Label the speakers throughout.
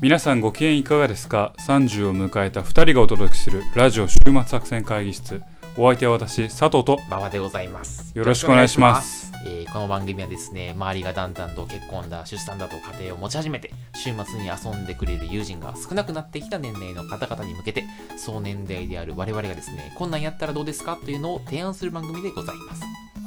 Speaker 1: 皆さんご機嫌いかがですか ?30 を迎えた2人がお届けするラジオ週末作戦会議室。お相手は私、佐藤と
Speaker 2: 馬場でございます。
Speaker 1: よろしくお願いします。
Speaker 2: えーこの番組はですね、周りがだんだんと結婚だ、出産だと家庭を持ち始めて、週末に遊んでくれる友人が少なくなってきた年齢の方々に向けて、総年代である我々がですね、こんなんやったらどうですかというのを提案する番組でございます。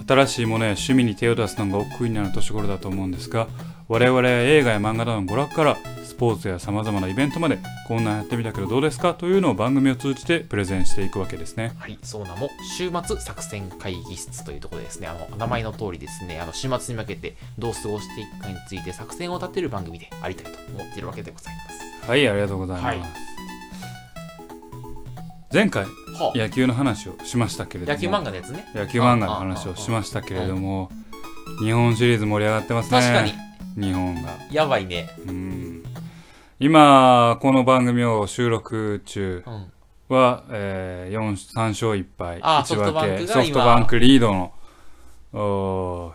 Speaker 1: 新しいものや趣味に手を出すのが億劫になる年頃だと思うんですが我々は映画や漫画などの娯楽からスポーツやさまざまなイベントまでこんなんやってみたけどどうですかというのを番組を通じてプレゼンしていくわけですね
Speaker 2: はい、そう名も週末作戦会議室というところでですね、あの名前の通りですね、あの週末に向けてどう過ごしていくかについて作戦を立てる番組でありたいと思っているわけでございま
Speaker 1: はいありがとうございます、
Speaker 2: はい
Speaker 1: 前回
Speaker 2: す。はあ、
Speaker 1: 野球の話をしましたけれども
Speaker 2: 野球漫画のやつね。
Speaker 1: 野球漫画の話をしましたけれども日本シリーズ盛り上がってますね
Speaker 2: 確かに、
Speaker 1: 日本が
Speaker 2: やばいね。
Speaker 1: うん今この番組を収録中
Speaker 2: うん。
Speaker 1: は、えー、4 3勝1敗
Speaker 2: あー
Speaker 1: 1
Speaker 2: ソフトバン
Speaker 1: 分け
Speaker 2: クが
Speaker 1: ソ
Speaker 2: 今
Speaker 1: フトバンクリードのおー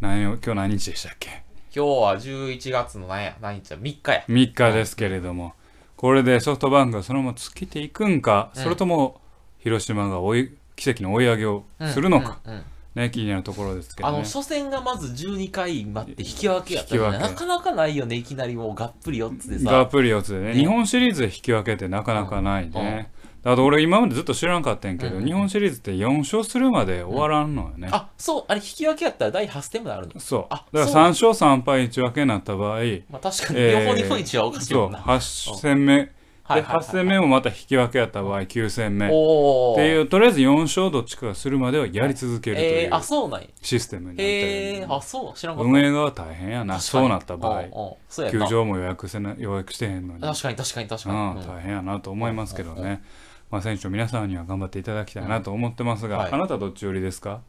Speaker 1: 何曜今日何日でしたっけ
Speaker 2: 今日は11月の何や何日だ ?3 日や。
Speaker 1: 3日ですけれどもこれでソフトバンクがそのまま突きていくんか、
Speaker 2: うん
Speaker 1: それとも広島が追い奇跡の追い上げをするのか、
Speaker 2: うんうんうん
Speaker 1: ね、気になるところですけ
Speaker 2: あ
Speaker 1: ど、
Speaker 2: の
Speaker 1: ね、
Speaker 2: 初戦がまず12回待って引き分けやったじゃない
Speaker 1: 引き分
Speaker 2: な
Speaker 1: け
Speaker 2: かなかないよねいきなりもうがっぷり4つで
Speaker 1: ガー
Speaker 2: さ
Speaker 1: プリオツでね
Speaker 2: ね
Speaker 1: 日本シリーズで引き分けってなかなかないね、あと俺今までずっと知らなかったんやけど、
Speaker 2: うん
Speaker 1: 日本シリーズって4勝するまで終わらんのよね、
Speaker 2: あそうあれ引き分けやったら第8戦まであるの、
Speaker 1: そう
Speaker 2: あ
Speaker 1: だ
Speaker 2: そう
Speaker 1: から3勝3敗1分けになった場合、
Speaker 2: まあ、確かに
Speaker 1: えー
Speaker 2: 両方日本一はおかしい
Speaker 1: そ
Speaker 2: も
Speaker 1: うん
Speaker 2: な、
Speaker 1: 8戦目、で
Speaker 2: はいはいはい
Speaker 1: 8戦目もまた引き分けやった場合9戦目っ
Speaker 2: おお
Speaker 1: ていううとりあえず4勝どっちかがするまではやり続けるとい
Speaker 2: え
Speaker 1: う
Speaker 2: ー、あそうなんや
Speaker 1: システムになって
Speaker 2: へえ
Speaker 1: るんで
Speaker 2: あそう知らんかった
Speaker 1: 運営側大変やな
Speaker 2: 確かに
Speaker 1: そうなった場
Speaker 2: うん
Speaker 1: 合
Speaker 2: うんそうや
Speaker 1: 球
Speaker 2: な
Speaker 1: 場も予約せな予約してへんのに
Speaker 2: 確かに確かに確か
Speaker 1: う
Speaker 2: に、
Speaker 1: ん
Speaker 2: うん
Speaker 1: 大変やなと思いますけどねまあ選手の皆さんには頑張っていただきたいなと思ってます
Speaker 2: うんは
Speaker 1: が
Speaker 2: い
Speaker 1: あなたどっち寄りですか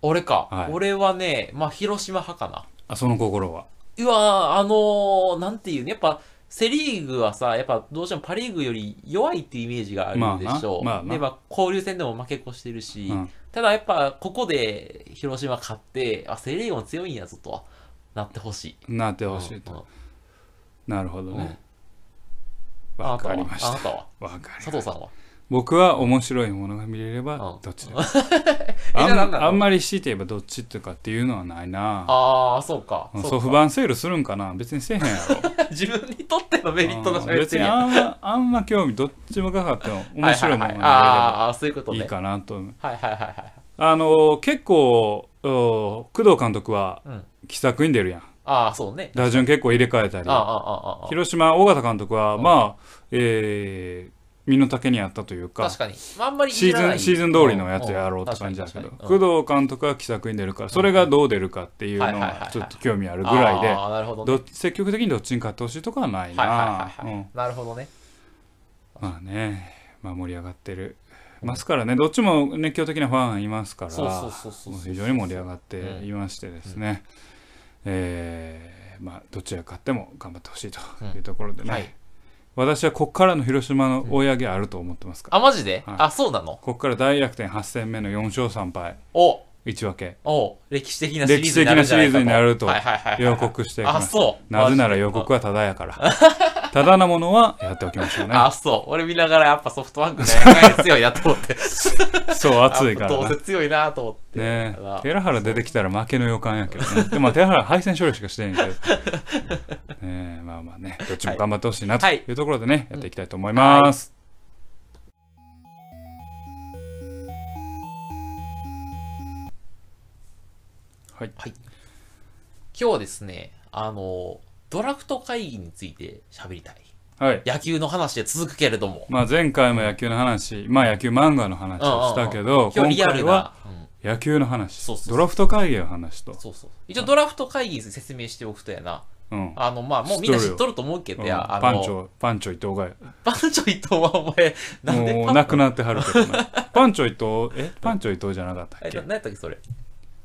Speaker 2: 俺か、
Speaker 1: はい
Speaker 2: 俺はねまあ広島派かな
Speaker 1: あその心は
Speaker 2: うわー、あのー、なんていうね、やっぱ、セリーグはさ、やっぱどうしてもパリーグより弱いっていうイメージがあるでしょう。
Speaker 1: まあなまあな
Speaker 2: で、まあ、交流戦でも負け越してるし、
Speaker 1: うん
Speaker 2: ただやっぱ、ここで広島勝って、あ、セリーグも強いんやぞとは、なってほしい。
Speaker 1: なってほしいとなるほどね
Speaker 2: うん。うん
Speaker 1: わかりまし
Speaker 2: あな
Speaker 1: た
Speaker 2: たは
Speaker 1: わかりま
Speaker 2: あなたは
Speaker 1: した
Speaker 2: 佐藤さんは
Speaker 1: 僕は面白いものが見れれば
Speaker 2: うん
Speaker 1: どっちでも
Speaker 2: えじゃあ
Speaker 1: あ
Speaker 2: なんなんの
Speaker 1: あんまり強いて言えばどっちとかっていうのはないな
Speaker 2: ああ、そうか。
Speaker 1: うん
Speaker 2: そう
Speaker 1: ソフバンセールするんかな別にせえへんやろ
Speaker 2: 自分にとってのメリットが
Speaker 1: うん
Speaker 2: 喋っ
Speaker 1: 別
Speaker 2: て
Speaker 1: に
Speaker 2: るやん。
Speaker 1: あんまあんま興味どっちもかかっても面白いものが見れ
Speaker 2: ははは
Speaker 1: れ
Speaker 2: は
Speaker 1: ば
Speaker 2: あーあー、そういうこと
Speaker 1: い
Speaker 2: ね。
Speaker 1: いかなと思う
Speaker 2: はいはいはいはい。
Speaker 1: あの結構お工藤監督は
Speaker 2: うん。
Speaker 1: 気さくに出るやん
Speaker 2: ああ、そうね。
Speaker 1: 打順結構入れ替えたり
Speaker 2: ああ、ああ、ああ。
Speaker 1: 広島尾形監督は
Speaker 2: うん
Speaker 1: まあえー身の丈にあったというか
Speaker 2: 確かに、まあ、あんまり
Speaker 1: シ
Speaker 2: いら
Speaker 1: ー
Speaker 2: な
Speaker 1: ズ
Speaker 2: い
Speaker 1: ンシーズン通りのやつやろうって感じだけど、工藤監督は気さくに出るから、それがどう出るかっていうの
Speaker 2: はいはいはいは
Speaker 1: はいちょっと興味あるぐらいで、
Speaker 2: ああなるほどね
Speaker 1: どっち積極的にどっちに勝ってほしいとかはない
Speaker 2: はい
Speaker 1: な
Speaker 2: は。
Speaker 1: い
Speaker 2: は
Speaker 1: う
Speaker 2: いはい
Speaker 1: ん
Speaker 2: なるほどね
Speaker 1: まあね、まあ盛り上がってる。ますからね、どっちも熱狂的なファンいますから、
Speaker 2: そうそうそうそう
Speaker 1: もう非常に盛り上がっていましてですね、えーまあどちら勝っても頑張ってほしいというところでね、
Speaker 2: はい
Speaker 1: 私はここからの広島の追い上げあると思ってますから、
Speaker 2: あマジで、
Speaker 1: はい
Speaker 2: あそうなの
Speaker 1: ここから大逆転8戦目の4勝3敗
Speaker 2: お
Speaker 1: 1分 け
Speaker 2: お歴史的なシリーズになるんじゃないかと
Speaker 1: 歴史的なシリーズになると
Speaker 2: はいはいはいはい
Speaker 1: 予告してきま
Speaker 2: あ
Speaker 1: す
Speaker 2: そう
Speaker 1: なぜなら
Speaker 2: マジで
Speaker 1: 予告はただやからただなものはやっておきましょうね
Speaker 2: あそう俺見ながらやっぱソフトバンクの世界強いなと 思って
Speaker 1: そう熱いか
Speaker 2: あ
Speaker 1: ら
Speaker 2: ど
Speaker 1: な
Speaker 2: うせ強いなと思って
Speaker 1: ね
Speaker 2: だから
Speaker 1: 寺原出てきたら負けの予感やけどねでも寺原敗戦処理しかしてないん やけどねえまあまあねどっちも頑張ってほしいなと
Speaker 2: はい
Speaker 1: いうところでね、やっていきたいと思います、はい
Speaker 2: 今日はですねあのドラフト会議について喋りたい
Speaker 1: はい
Speaker 2: 野球の話で続くけれども
Speaker 1: まあ、前回も野球の話、まあ野球漫画の話をしたけど、
Speaker 2: 今
Speaker 1: 今
Speaker 2: 日リア
Speaker 1: 回
Speaker 2: ル
Speaker 1: は
Speaker 2: な、うん
Speaker 1: 野球の話
Speaker 2: そうそうそう
Speaker 1: ドラフト会議の話と、
Speaker 2: そうそう一応ドラフト会議に説明しておくとやな
Speaker 1: うん
Speaker 2: あのまあもうみんな知っとると思うけ
Speaker 1: う
Speaker 2: ど
Speaker 1: ん
Speaker 2: や、あ
Speaker 1: パ
Speaker 2: の
Speaker 1: ンチョパンチョ伊藤が
Speaker 2: パンチョ伊藤はお前、なんで
Speaker 1: もう亡くなってはるけど なパンチョ伊藤えパンチョ伊藤じゃなかったっ
Speaker 2: え
Speaker 1: け
Speaker 2: な何やったっけ、それ。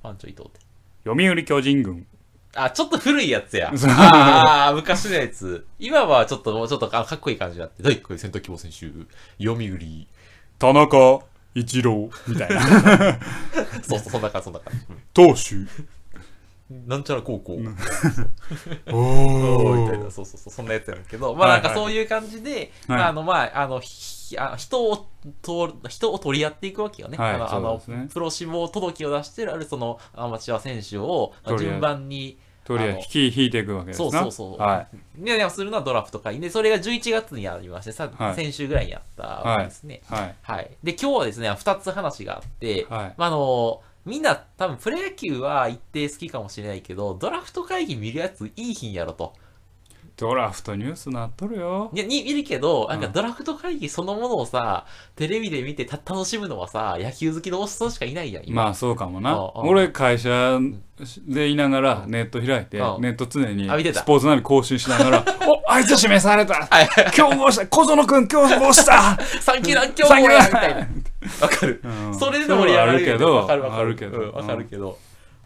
Speaker 2: パンチョ伊藤って。
Speaker 1: 読売巨人軍
Speaker 2: あ、ちょっと古いやつや。
Speaker 1: そう
Speaker 2: ああ、昔のやつ。今はちょっと、もうちょっとあかっこいい感じになって。第1回選択希望選手、読売。
Speaker 1: 田中一郎みたいな
Speaker 2: そうそう、そんな感じ、そんな感じ。
Speaker 1: 投手
Speaker 2: なんちゃら高校。
Speaker 1: うん
Speaker 2: おー
Speaker 1: お
Speaker 2: みたいな、
Speaker 1: ー
Speaker 2: そうそうそう、そんなやつやるけど、まあ
Speaker 1: は
Speaker 2: ないん
Speaker 1: はい
Speaker 2: かそういう感じで、
Speaker 1: はい
Speaker 2: あの、まあ、あの、ひあ人を通る、人を取り合っていくわけよね。
Speaker 1: はい
Speaker 2: あの、あ
Speaker 1: そう
Speaker 2: の
Speaker 1: ですね
Speaker 2: プロ志望届を出してるあるそのアマチュア選手を
Speaker 1: 取り合う
Speaker 2: 順番に、
Speaker 1: とりあえず引き引いていくわけですな
Speaker 2: そうそうそう
Speaker 1: はい
Speaker 2: やいや、するのはドラフト会で、それが11月にありまして、さ、
Speaker 1: はい
Speaker 2: 先週ぐらいにやったわけですね。
Speaker 1: いはい
Speaker 2: はい。で、今日はですね、2つ話があって、
Speaker 1: はい
Speaker 2: まあ、あの、みんな多分プロ野球は一定好きかもしれないけど、ドラフト会議見るやついい日にやろと。
Speaker 1: ドラフトニュースなっとるよ
Speaker 2: いや、に、見るけど、なんか
Speaker 1: うん
Speaker 2: ドラフト会議そのものをさ、テレビで見てた楽しむのはさ、野球好きのおっさんしかいないやん、今。
Speaker 1: まあそうかもな
Speaker 2: うんうん
Speaker 1: 俺会社でいながらネット開いて
Speaker 2: うん
Speaker 1: ネット常に
Speaker 2: あ見てた
Speaker 1: スポーツナビ更新しなが ら「おあいつ指名された
Speaker 2: はい
Speaker 1: 今日もした小園君今日も した!
Speaker 2: サンキューランキョーみ
Speaker 1: サンキュー
Speaker 2: たいな。わかる」。
Speaker 1: うん
Speaker 2: それで盛
Speaker 1: そ
Speaker 2: り上が
Speaker 1: れはある
Speaker 2: るよ
Speaker 1: け
Speaker 2: ね
Speaker 1: ど
Speaker 2: わかるわか
Speaker 1: あ
Speaker 2: る
Speaker 1: るけど
Speaker 2: うんわかるけど。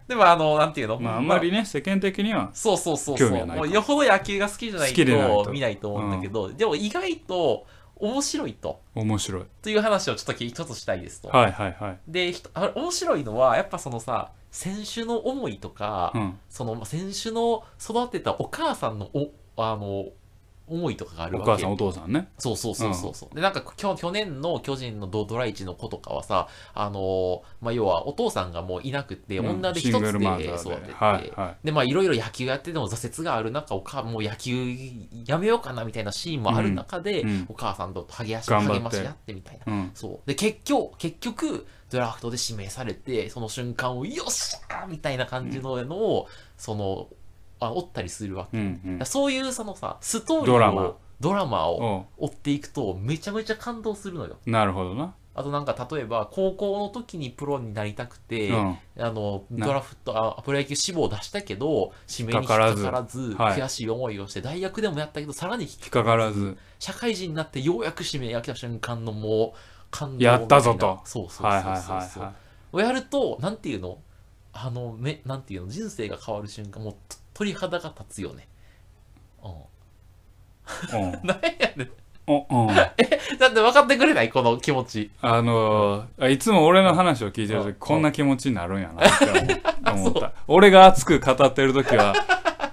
Speaker 2: でも、あの、なんていうの
Speaker 1: まああんまりね世間的には
Speaker 2: そうそうそうそう
Speaker 1: 興味はないか
Speaker 2: もうよほど野球が好きじゃない
Speaker 1: 好きでない
Speaker 2: と
Speaker 1: と
Speaker 2: 見ないと思うんだけど、でも意外と面白いと。
Speaker 1: 面白い
Speaker 2: という話をちょっとき一つしたいですと。
Speaker 1: はいはいはい
Speaker 2: で、ひとあ面白いのは、やっぱそのさ、選手の思いとか、
Speaker 1: うん
Speaker 2: その選手の育てたお母さんのおあの思いとかがある
Speaker 1: お
Speaker 2: わけ
Speaker 1: 母さんお父さんね
Speaker 2: そうそうそうそうそう、でなんかきょ去年の巨人のドドライチの子とかはさあのーまあ要はお父さんがもういなくて、
Speaker 1: うん
Speaker 2: 女で
Speaker 1: シ
Speaker 2: 一
Speaker 1: ング
Speaker 2: つ
Speaker 1: ル
Speaker 2: で
Speaker 1: マザーで
Speaker 2: 育てて、
Speaker 1: はいは
Speaker 2: でまあいろいろ野球やってても挫折がある中おかもう野球やめようかなみたいなシーンもある中で、
Speaker 1: うんうん
Speaker 2: お母さんと励まし
Speaker 1: 頑張って
Speaker 2: 励まし合ってみたいな
Speaker 1: うん
Speaker 2: そうで結局結局ドラフトで指名されてその瞬間をよっしゃーみたいな感じののを、そのあおったりするわけ、
Speaker 1: うんう
Speaker 2: だ
Speaker 1: ん
Speaker 2: からそういうそのさストーリ
Speaker 1: ドラ
Speaker 2: ー
Speaker 1: マ
Speaker 2: をドラマを
Speaker 1: お
Speaker 2: 追っていくとめちゃめちゃ感動するのよ
Speaker 1: うなるほどな
Speaker 2: あとなんか例えば高校の時にプロになりたくて、
Speaker 1: うん
Speaker 2: あの
Speaker 1: な
Speaker 2: ドラフトあプロ野球志望を出したけど指名に引っかからず
Speaker 1: かからはい
Speaker 2: 悔しい思いをして大学でもやったけどさらに引っ
Speaker 1: 引っかからず
Speaker 2: 社会人になってようやく指名が来た瞬間のもう感動
Speaker 1: やったぞと
Speaker 2: そうそうそうそう、
Speaker 1: はいはいはいはい
Speaker 2: をやるとなんていうのあのめなんていうの人生が変わる瞬間もうと鳥肌が立つよねう
Speaker 1: うん
Speaker 2: ん、なんやねん
Speaker 1: おうん
Speaker 2: だって分かってくれないこの気持ち。
Speaker 1: あのーいつも俺の話を聞いてる
Speaker 2: うん
Speaker 1: とき、こんな気持ちになるんやな って思思っ
Speaker 2: そ
Speaker 1: た。俺が熱く語ってるとき は、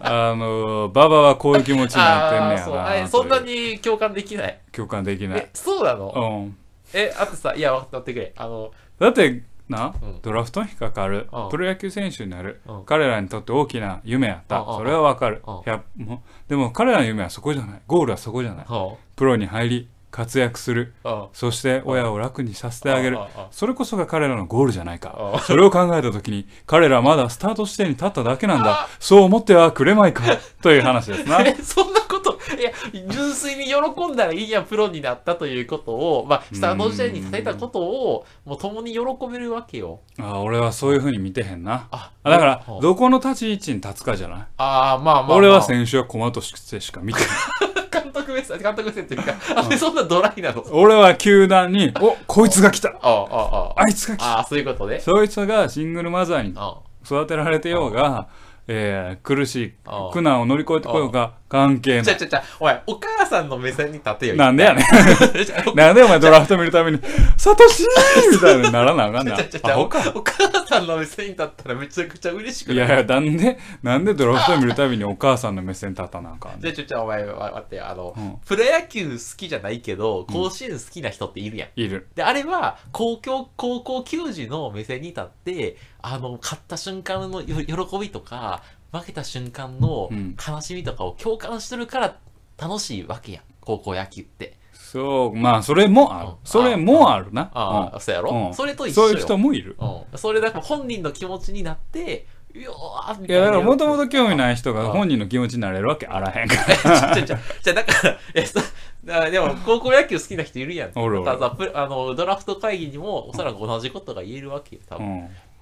Speaker 1: あのー、馬場はこういう気持ちになってんねや
Speaker 2: そう
Speaker 1: な
Speaker 2: あ
Speaker 1: とい
Speaker 2: れ
Speaker 1: う。
Speaker 2: そんなに共感できない。
Speaker 1: 共感できない
Speaker 2: え。、そうな
Speaker 1: う
Speaker 2: の
Speaker 1: ん。
Speaker 2: え、あとさ、いや、分かってくれ。あの、
Speaker 1: だって、な
Speaker 2: うん、
Speaker 1: ドラフトに引っかかる
Speaker 2: うん。
Speaker 1: プロ野球選手になる
Speaker 2: うん。
Speaker 1: 彼らにとって大きな夢やっ
Speaker 2: う
Speaker 1: た
Speaker 2: んうんうん。
Speaker 1: それはわかる
Speaker 2: うん。
Speaker 1: いやもうでも彼らの夢はそこじゃない。ゴールはそこじゃない。
Speaker 2: は
Speaker 1: プロに入り、活躍する。
Speaker 2: あ、うん
Speaker 1: そして親を楽にさせてあげる
Speaker 2: うんうんうん。
Speaker 1: それこそが彼らのゴールじゃないか
Speaker 2: うん。
Speaker 1: それを考えた時に、彼らはまだスタート地点に立っただけなんだ。そう思ってはくれまいか。 という話ですな。
Speaker 2: え、 そんなこと、いや、純粋に喜んだらいいやん、プロになったということを、まあ、スタート時点に立てたことを、もう共に喜べるわけよ。
Speaker 1: あ俺はそういう風に見てへんな。
Speaker 2: あ
Speaker 1: あだから
Speaker 2: うん、
Speaker 1: どこの立ち位置に立つかじゃない。
Speaker 2: ああ、まあまあ、まあ。
Speaker 1: 俺は選手は駒としてしか見てない。
Speaker 2: 監督目線、監督目線というか、あ、そんなドライなの。
Speaker 1: 俺は球団に、おこいつが来た
Speaker 2: ああ、ああ、あ
Speaker 1: あいつが来た
Speaker 2: あ、あそういうことね。
Speaker 1: そいつがシングルマザーに
Speaker 2: あ
Speaker 1: 育てられてようが、えー苦しい
Speaker 2: うん
Speaker 1: 苦難を乗り越えてこようが関係
Speaker 2: ち
Speaker 1: な
Speaker 2: ゃ
Speaker 1: い。
Speaker 2: ちゃちゃ、おい、お母さんの目線に立てよ。
Speaker 1: なんでや ねん。
Speaker 2: ちゃちゃ
Speaker 1: なんでお前ドラフト見るために、サトシーみたいにならなあかんな。
Speaker 2: ちゃち
Speaker 1: ア
Speaker 2: ゃお
Speaker 1: ホか。
Speaker 2: 母さんの目線に立ったらめちゃくちゃ嬉しく
Speaker 1: い
Speaker 2: な
Speaker 1: やい
Speaker 2: い
Speaker 1: や、なんで、なんでドラフト見るためにお母さんの目線立たなあかん
Speaker 2: じ
Speaker 1: ね
Speaker 2: ゃ
Speaker 1: ん
Speaker 2: あちょちょお前わ待ってよあの、
Speaker 1: うん
Speaker 2: プロ野球好きじゃないけど甲子園好きな人っているやん、
Speaker 1: いる。
Speaker 2: であれは高校高校球児の目線に立ってあの勝った瞬間のよ喜びとか負けた瞬間の
Speaker 1: うん
Speaker 2: 悲しみとかを共感してるから楽しいわけやん高校野球って
Speaker 1: そう、まあ、それもある
Speaker 2: うん。
Speaker 1: それもあるな。
Speaker 2: ああ、そうや
Speaker 1: う
Speaker 2: ろ、
Speaker 1: んうん
Speaker 2: それと一緒
Speaker 1: そ
Speaker 2: よ
Speaker 1: ういう人もいる。
Speaker 2: うん、それだから本人の気持ちになってうよーみ
Speaker 1: い
Speaker 2: たい
Speaker 1: や、
Speaker 2: な
Speaker 1: だから、もともと興味ない人
Speaker 2: う
Speaker 1: が
Speaker 2: ん
Speaker 1: 本人の気持ちになれるわけあらへんから。
Speaker 2: ちょちょじゃだから、え、そあでも、高校野球好きな人いるやん。
Speaker 1: おるおる
Speaker 2: だからさプあの、ドラフト会議にも、おそらく同じことが言えるわけよ、多
Speaker 1: う
Speaker 2: 分。
Speaker 1: ん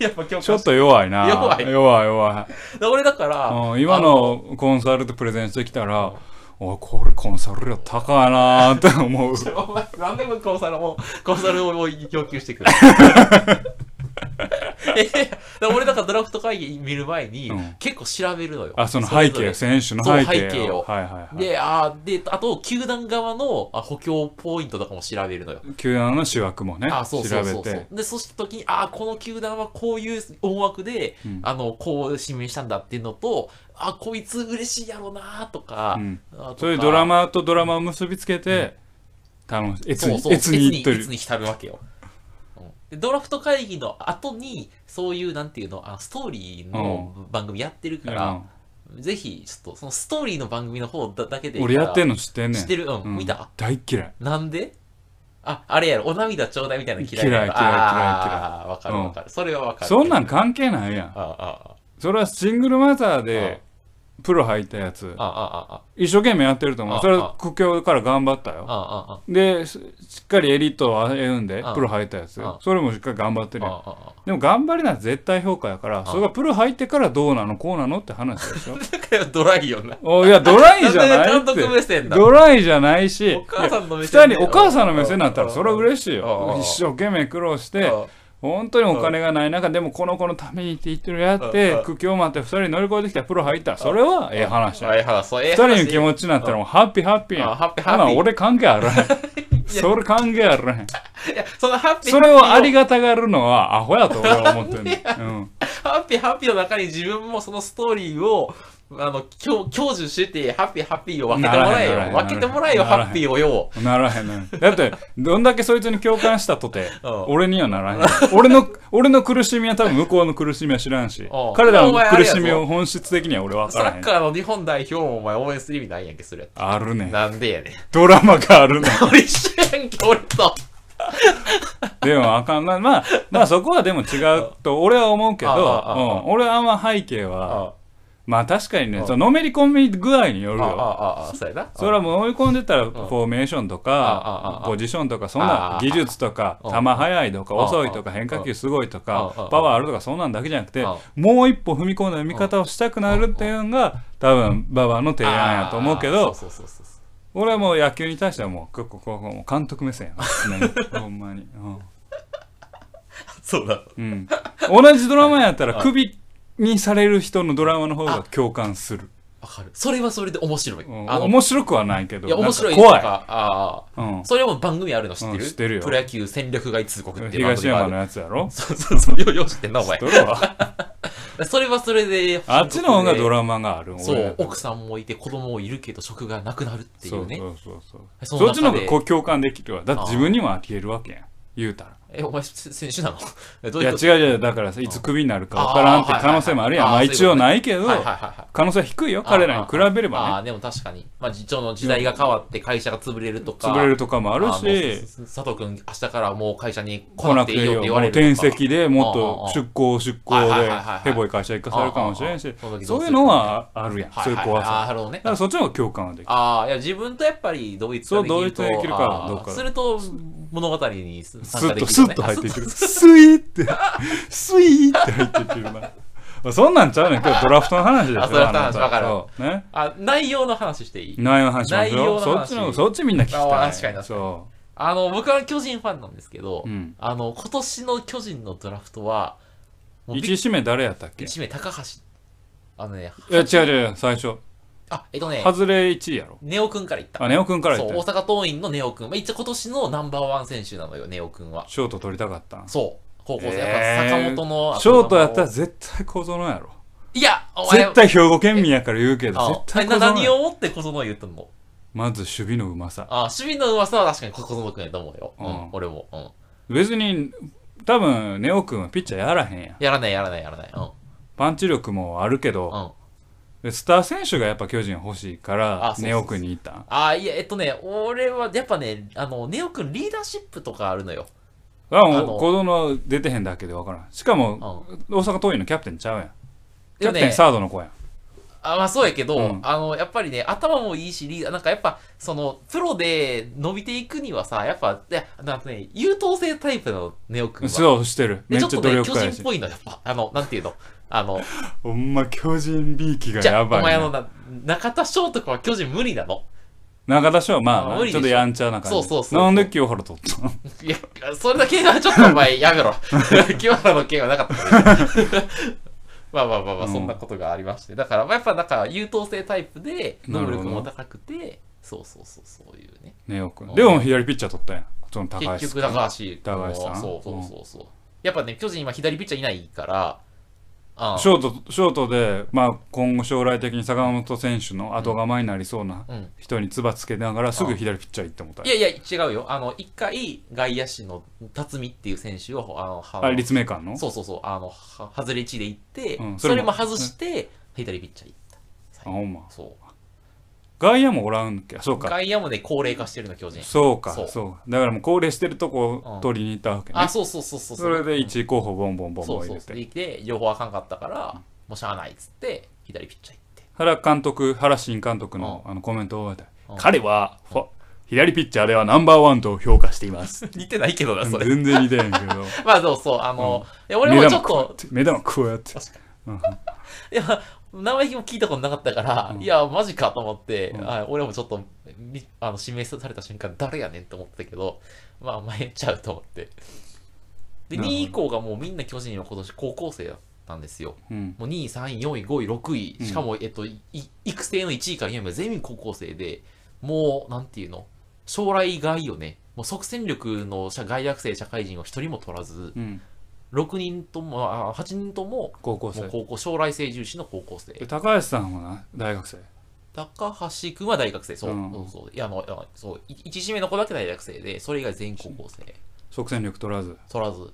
Speaker 2: やっぱ今日
Speaker 1: ちょっと弱いな。
Speaker 2: 弱い
Speaker 1: 弱い弱
Speaker 2: 俺だから、
Speaker 1: い。うん今のコンサルとプレゼンしてきたら、おいこれコンサル料高いなーって思う。
Speaker 2: あの。お 前、なんでもコンサルも、コンサルを要求してくる。えだから俺だからドラフト会議見る前に
Speaker 1: うん
Speaker 2: 結構調べるのよ。
Speaker 1: あ、その
Speaker 2: れ
Speaker 1: 背
Speaker 2: ぞれ
Speaker 1: 景、選手の背景を。
Speaker 2: そう背景を
Speaker 1: はいはいはい。
Speaker 2: で、あーで、あと、球団側のあ補強ポイントとかも調べるのよ。
Speaker 1: 球団の主枠もね、
Speaker 2: あ、そうそうそ
Speaker 1: 調
Speaker 2: う
Speaker 1: べ
Speaker 2: そう
Speaker 1: て。。
Speaker 2: で、そした時に、あーこの球団はこういう思惑で、
Speaker 1: うん
Speaker 2: あの、こう指名したんだっていうのと、あ、こいつ嬉しいやろうなとか、
Speaker 1: うん
Speaker 2: あとか
Speaker 1: そういうドラマとドラマを結びつけて、楽しい。えつ
Speaker 2: そう
Speaker 1: に
Speaker 2: そう、
Speaker 1: えつにいっと
Speaker 2: え
Speaker 1: る
Speaker 2: つ。に浸るわけよ。うんでドラフト会議の後に、そういう、なんていうの、あストーリーの番組やってるから、ぜひ、ちょっと、そのストーリーの番組の方だだけ
Speaker 1: う
Speaker 2: で
Speaker 1: ん俺やってん
Speaker 2: の
Speaker 1: の知ってんねん。
Speaker 2: 知ってるうん、
Speaker 1: うん
Speaker 2: 見た
Speaker 1: 大っ嫌い。
Speaker 2: なんであ、あれやろ、お涙ちょうだいみたいなの嫌いなの
Speaker 1: 嫌い嫌い嫌い嫌い
Speaker 2: あーわかるわかる。それはわかる。
Speaker 1: そんなんん関係ないやん。
Speaker 2: ああ、
Speaker 1: それはシングルマザーで、プロ入ったやつ
Speaker 2: ああ、、ああ、
Speaker 1: 一生懸命やってると思
Speaker 2: あ
Speaker 1: う。それは苦境から頑張った
Speaker 2: ああ、あ
Speaker 1: よ。
Speaker 2: あ、ああ、
Speaker 1: で、ししっかりエリートを歩んで
Speaker 2: あ、
Speaker 1: プロ入ったやつ
Speaker 2: あ。
Speaker 1: それもしっかり頑張ってるやん。
Speaker 2: ああ、ああ。
Speaker 1: でも頑張りなんて絶対評価やから、
Speaker 2: あ
Speaker 1: それがプロ入ってからどうなのこうなのって話でしょ。
Speaker 2: だからドライよな。
Speaker 1: おいや、ドライじゃない
Speaker 2: なんで監督目
Speaker 1: って。
Speaker 2: 線だ。
Speaker 1: ドライじゃないし、
Speaker 2: お母さんの目
Speaker 1: 二
Speaker 2: 線
Speaker 1: 人、お母さんの目線になったらそれは嬉しい
Speaker 2: あ
Speaker 1: よ
Speaker 2: あ。
Speaker 1: 一生懸命苦労し
Speaker 2: で
Speaker 1: て、本当にお金がない中、でもこの子のためにって言ってるやっ
Speaker 2: あ
Speaker 1: て
Speaker 2: あ、
Speaker 1: 苦境もあって二人乗り越えてきたらプロ入ったら、それはええ話だよ。
Speaker 2: はいはい、そう、え
Speaker 1: 二
Speaker 2: え
Speaker 1: 人
Speaker 2: 話
Speaker 1: の気持ちになったらもうハッピーハッピーや
Speaker 2: あ
Speaker 1: ん。
Speaker 2: ハッピーハ
Speaker 1: ほ
Speaker 2: ッ
Speaker 1: な
Speaker 2: ピー。
Speaker 1: 俺関係あらへん。それ関係あらへん。
Speaker 2: いや、そのハッピー
Speaker 1: それをありがたがるのはアホやと俺は思ってんねん。うん。
Speaker 2: ハッピーハッピーの中に自分もそのストーリーを、あの、享享受してて、ハッピーハッピーを分けてもらえ
Speaker 1: ならへん
Speaker 2: よ。
Speaker 1: ならへん
Speaker 2: 分けてもらえよ、
Speaker 1: ならへ
Speaker 2: ハ
Speaker 1: ん
Speaker 2: ッピーをよ。
Speaker 1: ならへんならへんだって、どんだけそいつに共感したとて、
Speaker 2: うん
Speaker 1: 俺にはならへん。俺の、俺の苦しみは多分向こうの苦しみは知らんし
Speaker 2: うん、
Speaker 1: 彼らの
Speaker 2: お前あ
Speaker 1: 苦
Speaker 2: れやぞ
Speaker 1: しみを本質的には俺分
Speaker 2: サ
Speaker 1: からへ
Speaker 2: ッ
Speaker 1: ん。
Speaker 2: カーの日本代表もお前応援する意味ないやんけ、それ。
Speaker 1: あるねん。
Speaker 2: なんでやねん。
Speaker 1: ドラマがあるねん。
Speaker 2: 俺一緒やんけ、俺と。
Speaker 1: でもあかん。まあ、まあ、まあそこはでも違うと俺は思うけど、
Speaker 2: ああああああ
Speaker 1: うん俺はあんま背景は、
Speaker 2: あ
Speaker 1: まあ確かにね
Speaker 2: あ、
Speaker 1: そののめり込み具合によ
Speaker 2: あ、
Speaker 1: る
Speaker 2: あ
Speaker 1: よ。
Speaker 2: あ、ああ、そうやな。
Speaker 1: それはもう追い込んでたら、フォーメーションと
Speaker 2: ああ
Speaker 1: か
Speaker 2: あ、あ
Speaker 1: ポジションとか、そん
Speaker 2: あ
Speaker 1: な
Speaker 2: あ
Speaker 1: 技術とか、
Speaker 2: あ
Speaker 1: 球速いとか、
Speaker 2: ああ
Speaker 1: 遅いとか、変化球すごいと
Speaker 2: あ
Speaker 1: か
Speaker 2: あああ、
Speaker 1: パワーあるとか、そんなんだけじゃなくて
Speaker 2: ああ、
Speaker 1: もう一歩踏み込んだ見方をしたくなるっていうのが、多分、ババの提案やと思うけ
Speaker 2: ああ
Speaker 1: ど、
Speaker 2: そうそうそうそう。
Speaker 1: 俺はもう野球に対してはもう、ここ、ここ、もう監督目線やな 常にほんまに。うん
Speaker 2: そうだ。
Speaker 1: うん。同じドラマやったら、首にされる人のドラマの方が共感する。
Speaker 2: わかる。それはそれで面白い。
Speaker 1: うん
Speaker 2: あの、
Speaker 1: 面白くはないけど、
Speaker 2: いや、面白い
Speaker 1: なん
Speaker 2: と
Speaker 1: か
Speaker 2: か。
Speaker 1: 怖い。
Speaker 2: ああ。
Speaker 1: うん。
Speaker 2: それはもう番組あるの知ってる、
Speaker 1: うん知ってるよ
Speaker 2: プロ野球戦力外通告っていう番
Speaker 1: 東
Speaker 2: 組があ
Speaker 1: 山
Speaker 2: る
Speaker 1: の。やつやろ
Speaker 2: そうそうそう、よ、よ、知ってんな、お前。
Speaker 1: ドラマ
Speaker 2: それはそれで、
Speaker 1: あっちの方がド
Speaker 2: ラ
Speaker 1: ラマがある。
Speaker 2: そ
Speaker 1: 俺
Speaker 2: う
Speaker 1: ら、と
Speaker 2: 奥さんもいて子供もいるけど職がなくなるってい
Speaker 1: そうう
Speaker 2: ね。
Speaker 1: そうそうそう。
Speaker 2: そ
Speaker 1: そっちの
Speaker 2: 中
Speaker 1: 方
Speaker 2: で
Speaker 1: がこう共感できるわ。だって自分にもありえるわけやん。言うたら。
Speaker 2: え、お前、せ選手なの えどう
Speaker 1: い
Speaker 2: いう
Speaker 1: や
Speaker 2: こと
Speaker 1: 違う違う、だからさいつクビになるかわからんって可能性もあるやん。
Speaker 2: あー
Speaker 1: ま
Speaker 2: は
Speaker 1: あ
Speaker 2: いはいはいあー
Speaker 1: 一応ないけど
Speaker 2: は、いはいはいはい。
Speaker 1: 可能性は低いよ。彼らに比べれ
Speaker 2: あーあ
Speaker 1: ばね。
Speaker 2: ー、でも確かに。まあ、実長の時代が変わって会社が潰れるとか。
Speaker 1: 潰れるとかもある
Speaker 2: ーもう
Speaker 1: し、
Speaker 2: す佐藤君、明日からもう会社に来
Speaker 1: 来
Speaker 2: な
Speaker 1: なく
Speaker 2: くて
Speaker 1: て
Speaker 2: いい
Speaker 1: いい
Speaker 2: よって
Speaker 1: よ。
Speaker 2: 言
Speaker 1: も
Speaker 2: われ
Speaker 1: う
Speaker 2: るとか。
Speaker 1: 転籍でもっ
Speaker 2: あーあ
Speaker 1: と
Speaker 2: ー
Speaker 1: 出向出向
Speaker 2: はいはい
Speaker 1: で
Speaker 2: はいはい、
Speaker 1: ヘボい会社行かされるかもしれんし
Speaker 2: あーあー、
Speaker 1: そういうのはあるやん。
Speaker 2: はい
Speaker 1: そういう
Speaker 2: はい
Speaker 1: 怖
Speaker 2: あ
Speaker 1: さ。
Speaker 2: あ、なるほどね
Speaker 1: だか。らそっちの方が共感はできる。
Speaker 2: ああ、いや、自分とやっぱり同一ができると。
Speaker 1: そう同一ができるかどうか
Speaker 2: あーすると、物語に
Speaker 1: ス
Speaker 2: 参加
Speaker 1: ッ
Speaker 2: で
Speaker 1: と
Speaker 2: き
Speaker 1: ス
Speaker 2: る、
Speaker 1: ッ
Speaker 2: ね。
Speaker 1: と入っていける
Speaker 2: あ
Speaker 1: スイーってスイーって入っていけるなまあそんなんちゃうねんけどドラフトの話でしょ
Speaker 2: あドラフトの話
Speaker 1: あなた
Speaker 2: わかる
Speaker 1: そうね
Speaker 2: あ、内容の話していい
Speaker 1: 内容の話もし
Speaker 2: 内容
Speaker 1: よ
Speaker 2: の
Speaker 1: う
Speaker 2: 話
Speaker 1: そっちのそっちみんな聞きたい
Speaker 2: あ確かに確かに
Speaker 1: そ
Speaker 2: あの、僕は巨人ファンなんですけど、
Speaker 1: う、うん、
Speaker 2: あの、今年の巨人のドラフトは、もうびっ
Speaker 1: 1指名誰やったっけい
Speaker 2: 一名高橋。あのね、
Speaker 1: や違う違う違う最初
Speaker 2: あ、えっとね、
Speaker 1: 外れ1位やろ
Speaker 2: ネオくんから言った。
Speaker 1: あネオくんから言
Speaker 2: そ
Speaker 1: っ
Speaker 2: う、大
Speaker 1: た
Speaker 2: 阪桐蔭のネオくん。まあ、一応今年のナンバーワン選手なのよ、ネオくんは。
Speaker 1: ショート取りたかったん
Speaker 2: そう、高校生。
Speaker 1: えー
Speaker 2: やっぱ坂本の。
Speaker 1: ショートやったら絶対小園やろ
Speaker 2: いや、お前
Speaker 1: 絶対兵庫県民やから言うけど
Speaker 2: あ
Speaker 1: 絶対
Speaker 2: な
Speaker 1: 小
Speaker 2: 何
Speaker 1: 園
Speaker 2: を思って小園を言ったの
Speaker 1: まず守備のうまさ
Speaker 2: あ守備の噂は確かに小園くんやと思うよ。うん、
Speaker 1: うん
Speaker 2: 俺も。うん。
Speaker 1: 別に多分ネオくんはピッチャーやらへんやん
Speaker 2: やらない、やらない、やらない。うん。
Speaker 1: パンチ力もあるけど、
Speaker 2: うん。あ
Speaker 1: でスター選手がやっぱ巨人欲しいか
Speaker 2: あ
Speaker 1: ら、
Speaker 2: そうそう
Speaker 1: ネ
Speaker 2: そう
Speaker 1: オ君に行ったん
Speaker 2: あー、いや、えっとね、俺は、やっぱね、あの、ネオくんリーダーシップとかあるのよ。
Speaker 1: あ
Speaker 2: あ
Speaker 1: も
Speaker 2: の
Speaker 1: う子供出てへんだけで分からん。しか
Speaker 2: うん
Speaker 1: も、。大阪桐蔭のキャプテンちゃうやん。キ
Speaker 2: で
Speaker 1: ャ
Speaker 2: も
Speaker 1: プテンサードの子やん。
Speaker 2: あまあそうやけど、
Speaker 1: うん
Speaker 2: あのやっぱりね頭もいいしリーダーなんかやっぱそのプロで伸びていくにはさやっぱいやなんかね優等生タイプのネオ君は
Speaker 1: そうしてる。め
Speaker 2: で
Speaker 1: っ
Speaker 2: ちょっ
Speaker 1: ちゃ
Speaker 2: と
Speaker 1: 努
Speaker 2: ね
Speaker 1: 力家
Speaker 2: 巨人
Speaker 1: や
Speaker 2: っ
Speaker 1: し。
Speaker 2: ぽいのやっぱあのなんていうのあ の
Speaker 1: ほんま巨人びいきが
Speaker 2: じゃあ
Speaker 1: や
Speaker 2: お
Speaker 1: ばい
Speaker 2: 前あ
Speaker 1: な。
Speaker 2: のな中田翔とかは巨人無理なの
Speaker 1: 中田翔はま
Speaker 2: あ
Speaker 1: あ
Speaker 2: 無
Speaker 1: ち
Speaker 2: 理でし
Speaker 1: ょ
Speaker 2: ょ
Speaker 1: っとやんちゃな感じ
Speaker 2: そうそうそう
Speaker 1: なんで清原取ったの
Speaker 2: いや、それだけはちょっと お前やめろ。 清原の件はなかったね。 まあまあまあまあ、
Speaker 1: うん
Speaker 2: そんなことがありまして。だから、まあやっぱなんか優等生タイプで、
Speaker 1: な
Speaker 2: 能
Speaker 1: るほど
Speaker 2: 力も高くて、そうそうそう、そういうね。
Speaker 1: ねよくでも左ピッチャー取ったやんその高橋
Speaker 2: 結局、高橋君
Speaker 1: 高橋さん
Speaker 2: そうそうそうそう。やっぱね、巨人今左ピッチャーいないから、あ
Speaker 1: ショートショートで、まあ、今後将来的に坂本選手の後釜になりそうな
Speaker 2: うん
Speaker 1: 人につばつけながらすぐ左ピッチャー行ってもた
Speaker 2: いやいや、違うよ。あの、一回、外野手の辰巳っていう選手を、あの、は
Speaker 1: あ立命館の
Speaker 2: そうそうそう、あの、は外れ1で行って、
Speaker 1: うん
Speaker 2: そ
Speaker 1: そ
Speaker 2: れ
Speaker 1: れ
Speaker 2: も
Speaker 1: も
Speaker 2: 外して、左ピッチャー行った。
Speaker 1: あほんま
Speaker 2: そう。
Speaker 1: 外野もおらんけそうか
Speaker 2: 外野もね、高齢化してるの、巨人。
Speaker 1: そうか
Speaker 2: そ
Speaker 1: そううかだからもう高齢してると
Speaker 2: う
Speaker 1: こ
Speaker 2: ん
Speaker 1: 取りに行ったわけね、
Speaker 2: あ、そうそうそうそう。
Speaker 1: それで
Speaker 2: 一
Speaker 1: 1位候補ボンボンボン
Speaker 2: そ
Speaker 1: ボン
Speaker 2: う
Speaker 1: 入
Speaker 2: そう
Speaker 1: れ
Speaker 2: そ
Speaker 1: て
Speaker 2: う。で、で両方あかんかったから、もうしゃあないっつって、左ピッチャー行って。
Speaker 1: 原監督原新監督の,、あのコメントを覚えた、
Speaker 2: うん
Speaker 1: 彼は、フォ左ピッチャーではナンバーワンと評価しています
Speaker 2: 似てないけどな、それ。
Speaker 1: 全然似てへんけど
Speaker 2: まあ、そうそう、あの、いや 俺
Speaker 1: 目
Speaker 2: もちょ
Speaker 1: 玉
Speaker 2: っ
Speaker 1: こうや
Speaker 2: と
Speaker 1: っ、て目玉こうやって
Speaker 2: いや、生意気も聞いたことなかったから、
Speaker 1: うん
Speaker 2: いや、マジかと思って、
Speaker 1: うん
Speaker 2: あ俺もちょっと、みあの指名された瞬間、誰やねんと思ってたけど、まあ、甘えちゃうと思って。で、
Speaker 1: なるほど
Speaker 2: 2位以降がもうみんな巨人は今年高校生だったんですよ。
Speaker 1: うん
Speaker 2: もう2位、3位、4位、5位、6
Speaker 1: う
Speaker 2: 位、
Speaker 1: ん
Speaker 2: しかも、えっと、い育成の1位から4位まで全員高校生で、もう、なんていうの、将来がいいよね。もう即戦力の社外学生、社会人を1人も取らず、
Speaker 1: うん
Speaker 2: 6人とも、あ8人とも、
Speaker 1: 高校生
Speaker 2: もう高校、将来性重視の高校生。
Speaker 1: で高橋さんはな大学生
Speaker 2: 高橋君は大学生、そう、
Speaker 1: うん
Speaker 2: そうそう。いや、あの、あそう、い一指名の子だけ大学生で、それ以外全員高校生。
Speaker 1: 即戦力取らず、
Speaker 2: 取らず。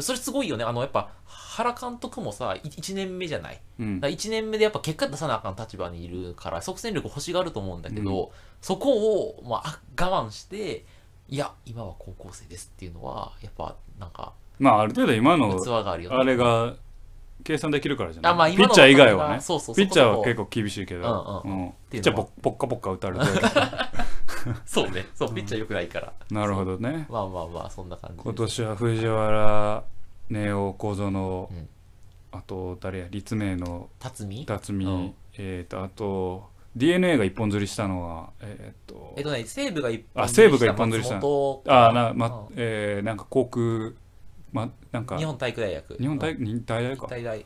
Speaker 2: それすごいよね。あの、やっぱ、原監督もさ、い一年目じゃない。
Speaker 1: うん
Speaker 2: だ1年目でやっぱ結果出さなあかん立場にいるから即戦力欲しがると思うんだけど、そこを、まあ、あ我慢していや今は高校生ですっていうのはやっぱなんか
Speaker 1: まあある程度今
Speaker 2: 器
Speaker 1: の
Speaker 2: があるよね
Speaker 1: あれが計算できるからじゃない
Speaker 2: あまあ
Speaker 1: ピ
Speaker 2: 今
Speaker 1: ッ
Speaker 2: の
Speaker 1: チャー以外はね
Speaker 2: そうそう
Speaker 1: ピッチャーは結
Speaker 2: 構
Speaker 1: 構厳しいけど、
Speaker 2: うん
Speaker 1: うん
Speaker 2: て
Speaker 1: ピッ
Speaker 2: いう
Speaker 1: チ
Speaker 2: の
Speaker 1: ャー
Speaker 2: は
Speaker 1: ポッポッカポッカ打たれ て
Speaker 2: そうねそうピッチャー良くないから、
Speaker 1: なるほどね
Speaker 2: まあまあまあそんな感じ
Speaker 1: 今年は藤原根尾小園、
Speaker 2: うん
Speaker 1: あと誰や立命の
Speaker 2: 辰巳
Speaker 1: 辰巳、
Speaker 2: うん
Speaker 1: えー、とあと d n a が一本釣りしたのはえっ、と
Speaker 2: えっとね西武が一
Speaker 1: あ西武が一本釣りした
Speaker 2: 松本
Speaker 1: ああな,、ま
Speaker 2: うん
Speaker 1: えーなんか航空、ま、なんか
Speaker 2: 日本体育大学
Speaker 1: 日本
Speaker 2: う
Speaker 1: 体
Speaker 2: ん
Speaker 1: 日体大か
Speaker 2: 体大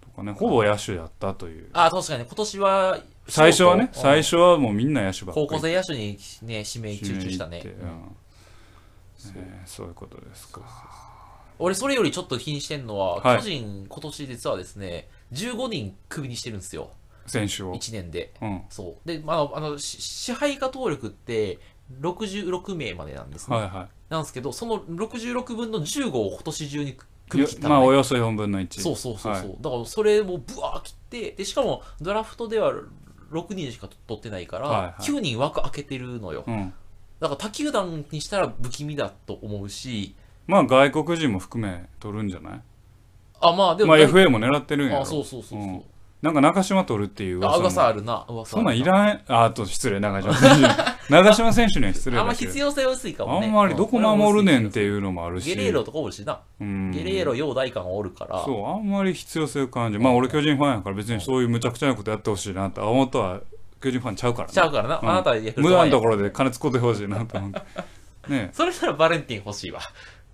Speaker 1: とかねほぼ野手やったという
Speaker 2: あ確かに今年は
Speaker 1: 最初はね
Speaker 2: うん
Speaker 1: 最初はもうみんな野手ばっか
Speaker 2: 高
Speaker 1: り
Speaker 2: 校生野手にね指名
Speaker 1: 指
Speaker 2: 集
Speaker 1: 名
Speaker 2: 中
Speaker 1: 行
Speaker 2: した
Speaker 1: っ
Speaker 2: ね
Speaker 1: てうんえーそういうことですか
Speaker 2: 俺それよりちょっと気にしてんのは、
Speaker 1: はい
Speaker 2: 巨人今年実はですね15人クビにしてるんですよ
Speaker 1: 選手を
Speaker 2: 1年で
Speaker 1: うん
Speaker 2: そうで、まああの、あのし支配下登録って66名までなんですね、
Speaker 1: はいは
Speaker 2: なんですけどその66分の15を今年中に
Speaker 1: い
Speaker 2: クビ
Speaker 1: よ
Speaker 2: 切った
Speaker 1: まあ
Speaker 2: の、
Speaker 1: お
Speaker 2: ね
Speaker 1: よそ4分の1
Speaker 2: そうそうそう
Speaker 1: は
Speaker 2: そう、
Speaker 1: い
Speaker 2: だからそれもぶわー切ってでしかもドラフトでは6人しか取ってないから、
Speaker 1: はいはい
Speaker 2: 9人枠空けてるのよ、
Speaker 1: うん
Speaker 2: だから他球団にしたら不気味だと思うし
Speaker 1: まあ外国人も含め取るんじゃない
Speaker 2: あまあでも、
Speaker 1: まあ FA も狙ってるんや
Speaker 2: あそう
Speaker 1: ろ
Speaker 2: そうそうそ
Speaker 1: う
Speaker 2: う、
Speaker 1: んなんか中島取るっていう噂
Speaker 2: あ、
Speaker 1: も
Speaker 2: 噂あるな。噂
Speaker 1: そんなんい
Speaker 2: ん。
Speaker 1: らんああと失礼中島選手に 中島選手には失礼
Speaker 2: あんま
Speaker 1: だけ
Speaker 2: 必
Speaker 1: ど
Speaker 2: 要性は薄いかも
Speaker 1: あ
Speaker 2: ね。
Speaker 1: んまりどこ守るねんって
Speaker 2: う。
Speaker 1: いうのもあるし
Speaker 2: ゲレーロとかおるしな。
Speaker 1: うん
Speaker 2: ゲレーロ、陽大感おるから。
Speaker 1: そうあんまり必要性を感じまあ俺巨人ファンやから別にそういうむちゃくちゃなことやってほしいなとは思ったは巨人ファンちゃうからね
Speaker 2: ちゃうからな。
Speaker 1: うん
Speaker 2: あなたはヤクル
Speaker 1: 無
Speaker 2: トフ
Speaker 1: 駄
Speaker 2: ァン
Speaker 1: な
Speaker 2: や
Speaker 1: ところで金使ってほしいなと思 って。ね
Speaker 2: それならバレンティン欲しいわ。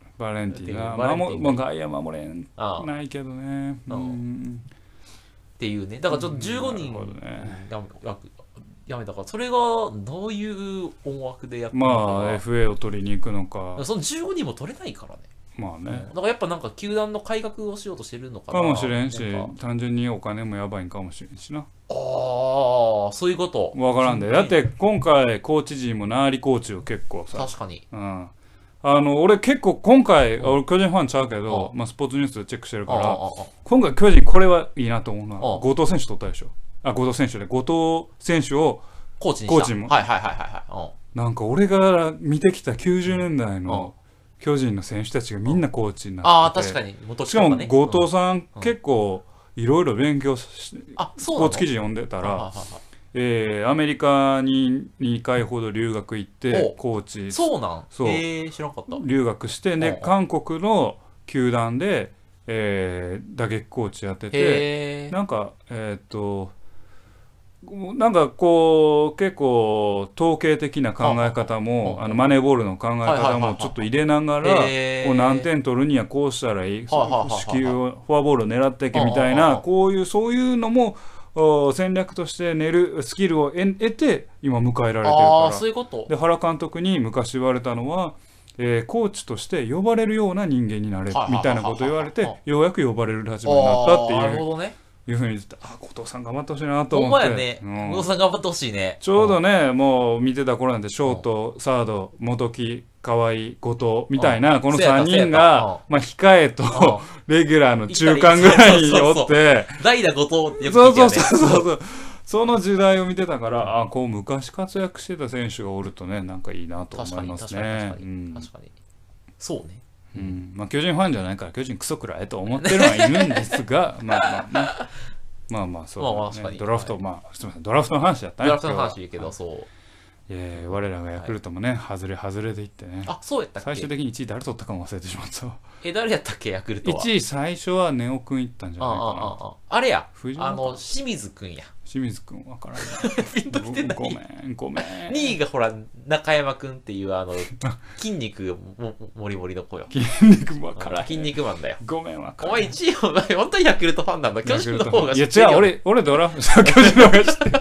Speaker 1: えバレンティンな。
Speaker 2: バレンティ
Speaker 1: 守
Speaker 2: ン
Speaker 1: まあ、外野守れん
Speaker 2: ああっ
Speaker 1: ないけどね。
Speaker 2: ああ
Speaker 1: うん
Speaker 2: ていうね。だからちょっと15
Speaker 1: なる
Speaker 2: 人
Speaker 1: ほどね
Speaker 2: やめやめたから、それがどういう思惑でやってる
Speaker 1: ま
Speaker 2: の
Speaker 1: あ、
Speaker 2: か
Speaker 1: FA を取りに行くの
Speaker 2: な。
Speaker 1: か、
Speaker 2: その15人も取れないからね。
Speaker 1: まあね
Speaker 2: だ。からやっぱなんか球団の改革をしようとしてるのかな。
Speaker 1: かもしれんし
Speaker 2: な、か
Speaker 1: 単純にお金もやばいんかもしれんしな。
Speaker 2: ああ、そういうこと。
Speaker 1: わからんで。だって、今回、コーチ陣もナーリコーチを結構さ、
Speaker 2: 確かに。
Speaker 1: うん。あの、俺結構今回、俺巨人ファンちゃうけ
Speaker 2: あ
Speaker 1: ど、まあ、スポーツニュースチェックしてる
Speaker 2: あ
Speaker 1: か
Speaker 2: ああ
Speaker 1: ら、
Speaker 2: あ
Speaker 1: 今回巨人これはいいなと思うの
Speaker 2: あ
Speaker 1: は、後藤選手取ったでしょ。あ、後藤選手で、後藤選手を、
Speaker 2: コーチにした。
Speaker 1: コーチも
Speaker 2: はいはいはいはいはい。うん
Speaker 1: なんか俺が見てきた90年代の巨人の選手たちがみんなコーチに
Speaker 2: あ
Speaker 1: な
Speaker 2: あ、
Speaker 1: ってて、
Speaker 2: 確かに。元
Speaker 1: しかも後
Speaker 2: 藤
Speaker 1: 藤さん、
Speaker 2: うん
Speaker 1: 結構いろいろ勉強し、
Speaker 2: あ、
Speaker 1: ス
Speaker 2: そう
Speaker 1: ポ
Speaker 2: な
Speaker 1: ー
Speaker 2: の
Speaker 1: ツ記事読んでた
Speaker 2: はいは
Speaker 1: ら、
Speaker 2: いはいは
Speaker 1: えーアメリカに2回ほど留学行って
Speaker 2: お
Speaker 1: コー
Speaker 2: い
Speaker 1: チ
Speaker 2: そうなん
Speaker 1: そう
Speaker 2: えー、知らなかった。
Speaker 1: 留学して
Speaker 2: うん
Speaker 1: で韓国の球団で、えー打撃コーチやってて
Speaker 2: へえ。
Speaker 1: なんかえっ、となんかこう結構統計的な考え方も
Speaker 3: あ
Speaker 1: あのマネーボールの考え
Speaker 2: はいはいは
Speaker 1: 方
Speaker 2: いは
Speaker 1: も
Speaker 2: い
Speaker 1: ちょっと入れながら
Speaker 2: へー
Speaker 1: こう何点取るにはこうしたらいい
Speaker 2: はいはいはいはい
Speaker 1: 四球をフォアボールを狙っていけみたい
Speaker 2: うんうんうん
Speaker 1: な
Speaker 2: うん
Speaker 1: こういうそういうのもお戦略として練るスキルを得得て今迎えられてる
Speaker 2: ああ
Speaker 1: か
Speaker 2: ー、そういうこと
Speaker 1: ら。で原監督に昔言われたのはえーコーチとして呼ばれるような人間になれ
Speaker 2: はいはいはいはい
Speaker 1: みたいなこと言われ
Speaker 2: うん
Speaker 1: てようやく呼ばれる立場になった
Speaker 2: あ
Speaker 1: っ
Speaker 2: あ
Speaker 1: て
Speaker 2: ー、ないる
Speaker 1: う
Speaker 2: ほどね。
Speaker 1: いうふうに言ってたあ後藤さん頑張ってほしいなと
Speaker 2: ほ
Speaker 1: 思
Speaker 2: ん
Speaker 1: って。
Speaker 2: まやね。
Speaker 1: う
Speaker 2: 小
Speaker 1: ん
Speaker 2: 野さん頑張ってほしいね。
Speaker 1: ちょうどね、もう見てた頃なんて、ショート、サード、元木、河合、後藤みたいな、この
Speaker 2: そうやった
Speaker 1: 3人
Speaker 2: そうやっ
Speaker 1: が、まあ、控えと、レギュラーの中間ぐらいにおって、
Speaker 2: 代打後藤ってよく
Speaker 1: そう
Speaker 2: 聞いた
Speaker 1: そう
Speaker 2: よね。
Speaker 1: そうそうそう、その時代を見てたから、あこう、昔活躍してた選手がおるとね、なんかいいなと
Speaker 2: 確
Speaker 1: 思い
Speaker 2: かに、
Speaker 1: ま
Speaker 2: 確
Speaker 1: す
Speaker 2: かに、
Speaker 1: ね
Speaker 2: 確か。
Speaker 1: う
Speaker 2: に。
Speaker 1: ん
Speaker 2: 確かに。そうね。
Speaker 1: うんまあ、巨人ファンじゃないから、巨人クソくらえと思ってるのはいるんです が、まあまあね。まあまあそうだね、
Speaker 2: まあまあ確かに
Speaker 1: ドラフト、まあすみませんドラフトの話だったね
Speaker 2: ドラフトの
Speaker 1: 今日は
Speaker 2: 話言うけど、そう。
Speaker 1: いやいや我らがヤクルトもね、外れ外れでいってね
Speaker 2: あ、そうやったっ
Speaker 1: 最終
Speaker 2: け
Speaker 1: 的に1位誰取ったかも忘れてしまった わ
Speaker 2: え、誰やったっけ、ヤクルトは。
Speaker 1: 1位最初はネオくんいったんじゃ
Speaker 2: あ
Speaker 1: ないか
Speaker 2: あ
Speaker 1: な
Speaker 2: あああれや
Speaker 1: 藤。
Speaker 2: あ
Speaker 1: 本
Speaker 2: の、清水くんや。
Speaker 1: 清水くんわから
Speaker 2: ピンときて
Speaker 1: ん
Speaker 2: な
Speaker 1: ご
Speaker 2: い。
Speaker 1: めんごめん
Speaker 2: 2位がほら、中山くんってい う、あの、筋肉ももりもりの子よ。
Speaker 1: 筋肉わからへん
Speaker 2: 筋肉マンだよ。
Speaker 1: ごめんわか
Speaker 2: お
Speaker 1: ら
Speaker 2: 前1位、お前本当にヤクルトファンなんだ。巨人の方が
Speaker 1: いや
Speaker 2: ってるよ
Speaker 1: 違う。俺俺ドラフト巨人の方が知 ってる